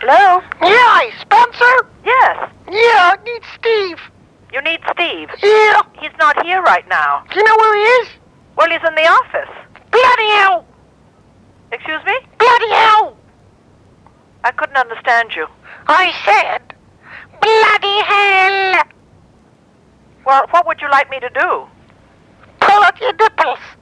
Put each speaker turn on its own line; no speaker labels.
Hello?
Yeah, Spencer?
Yes.
Yeah, I need Steve.
You need Steve.
Yeah.
He's not here right now.
Do you know where he is?
Well, he's in the office.
Bloody hell!
Excuse me?
Bloody hell!
I couldn't understand you.
I said, bloody hell!
Well, what would you like me to do?
Pull out your nipples.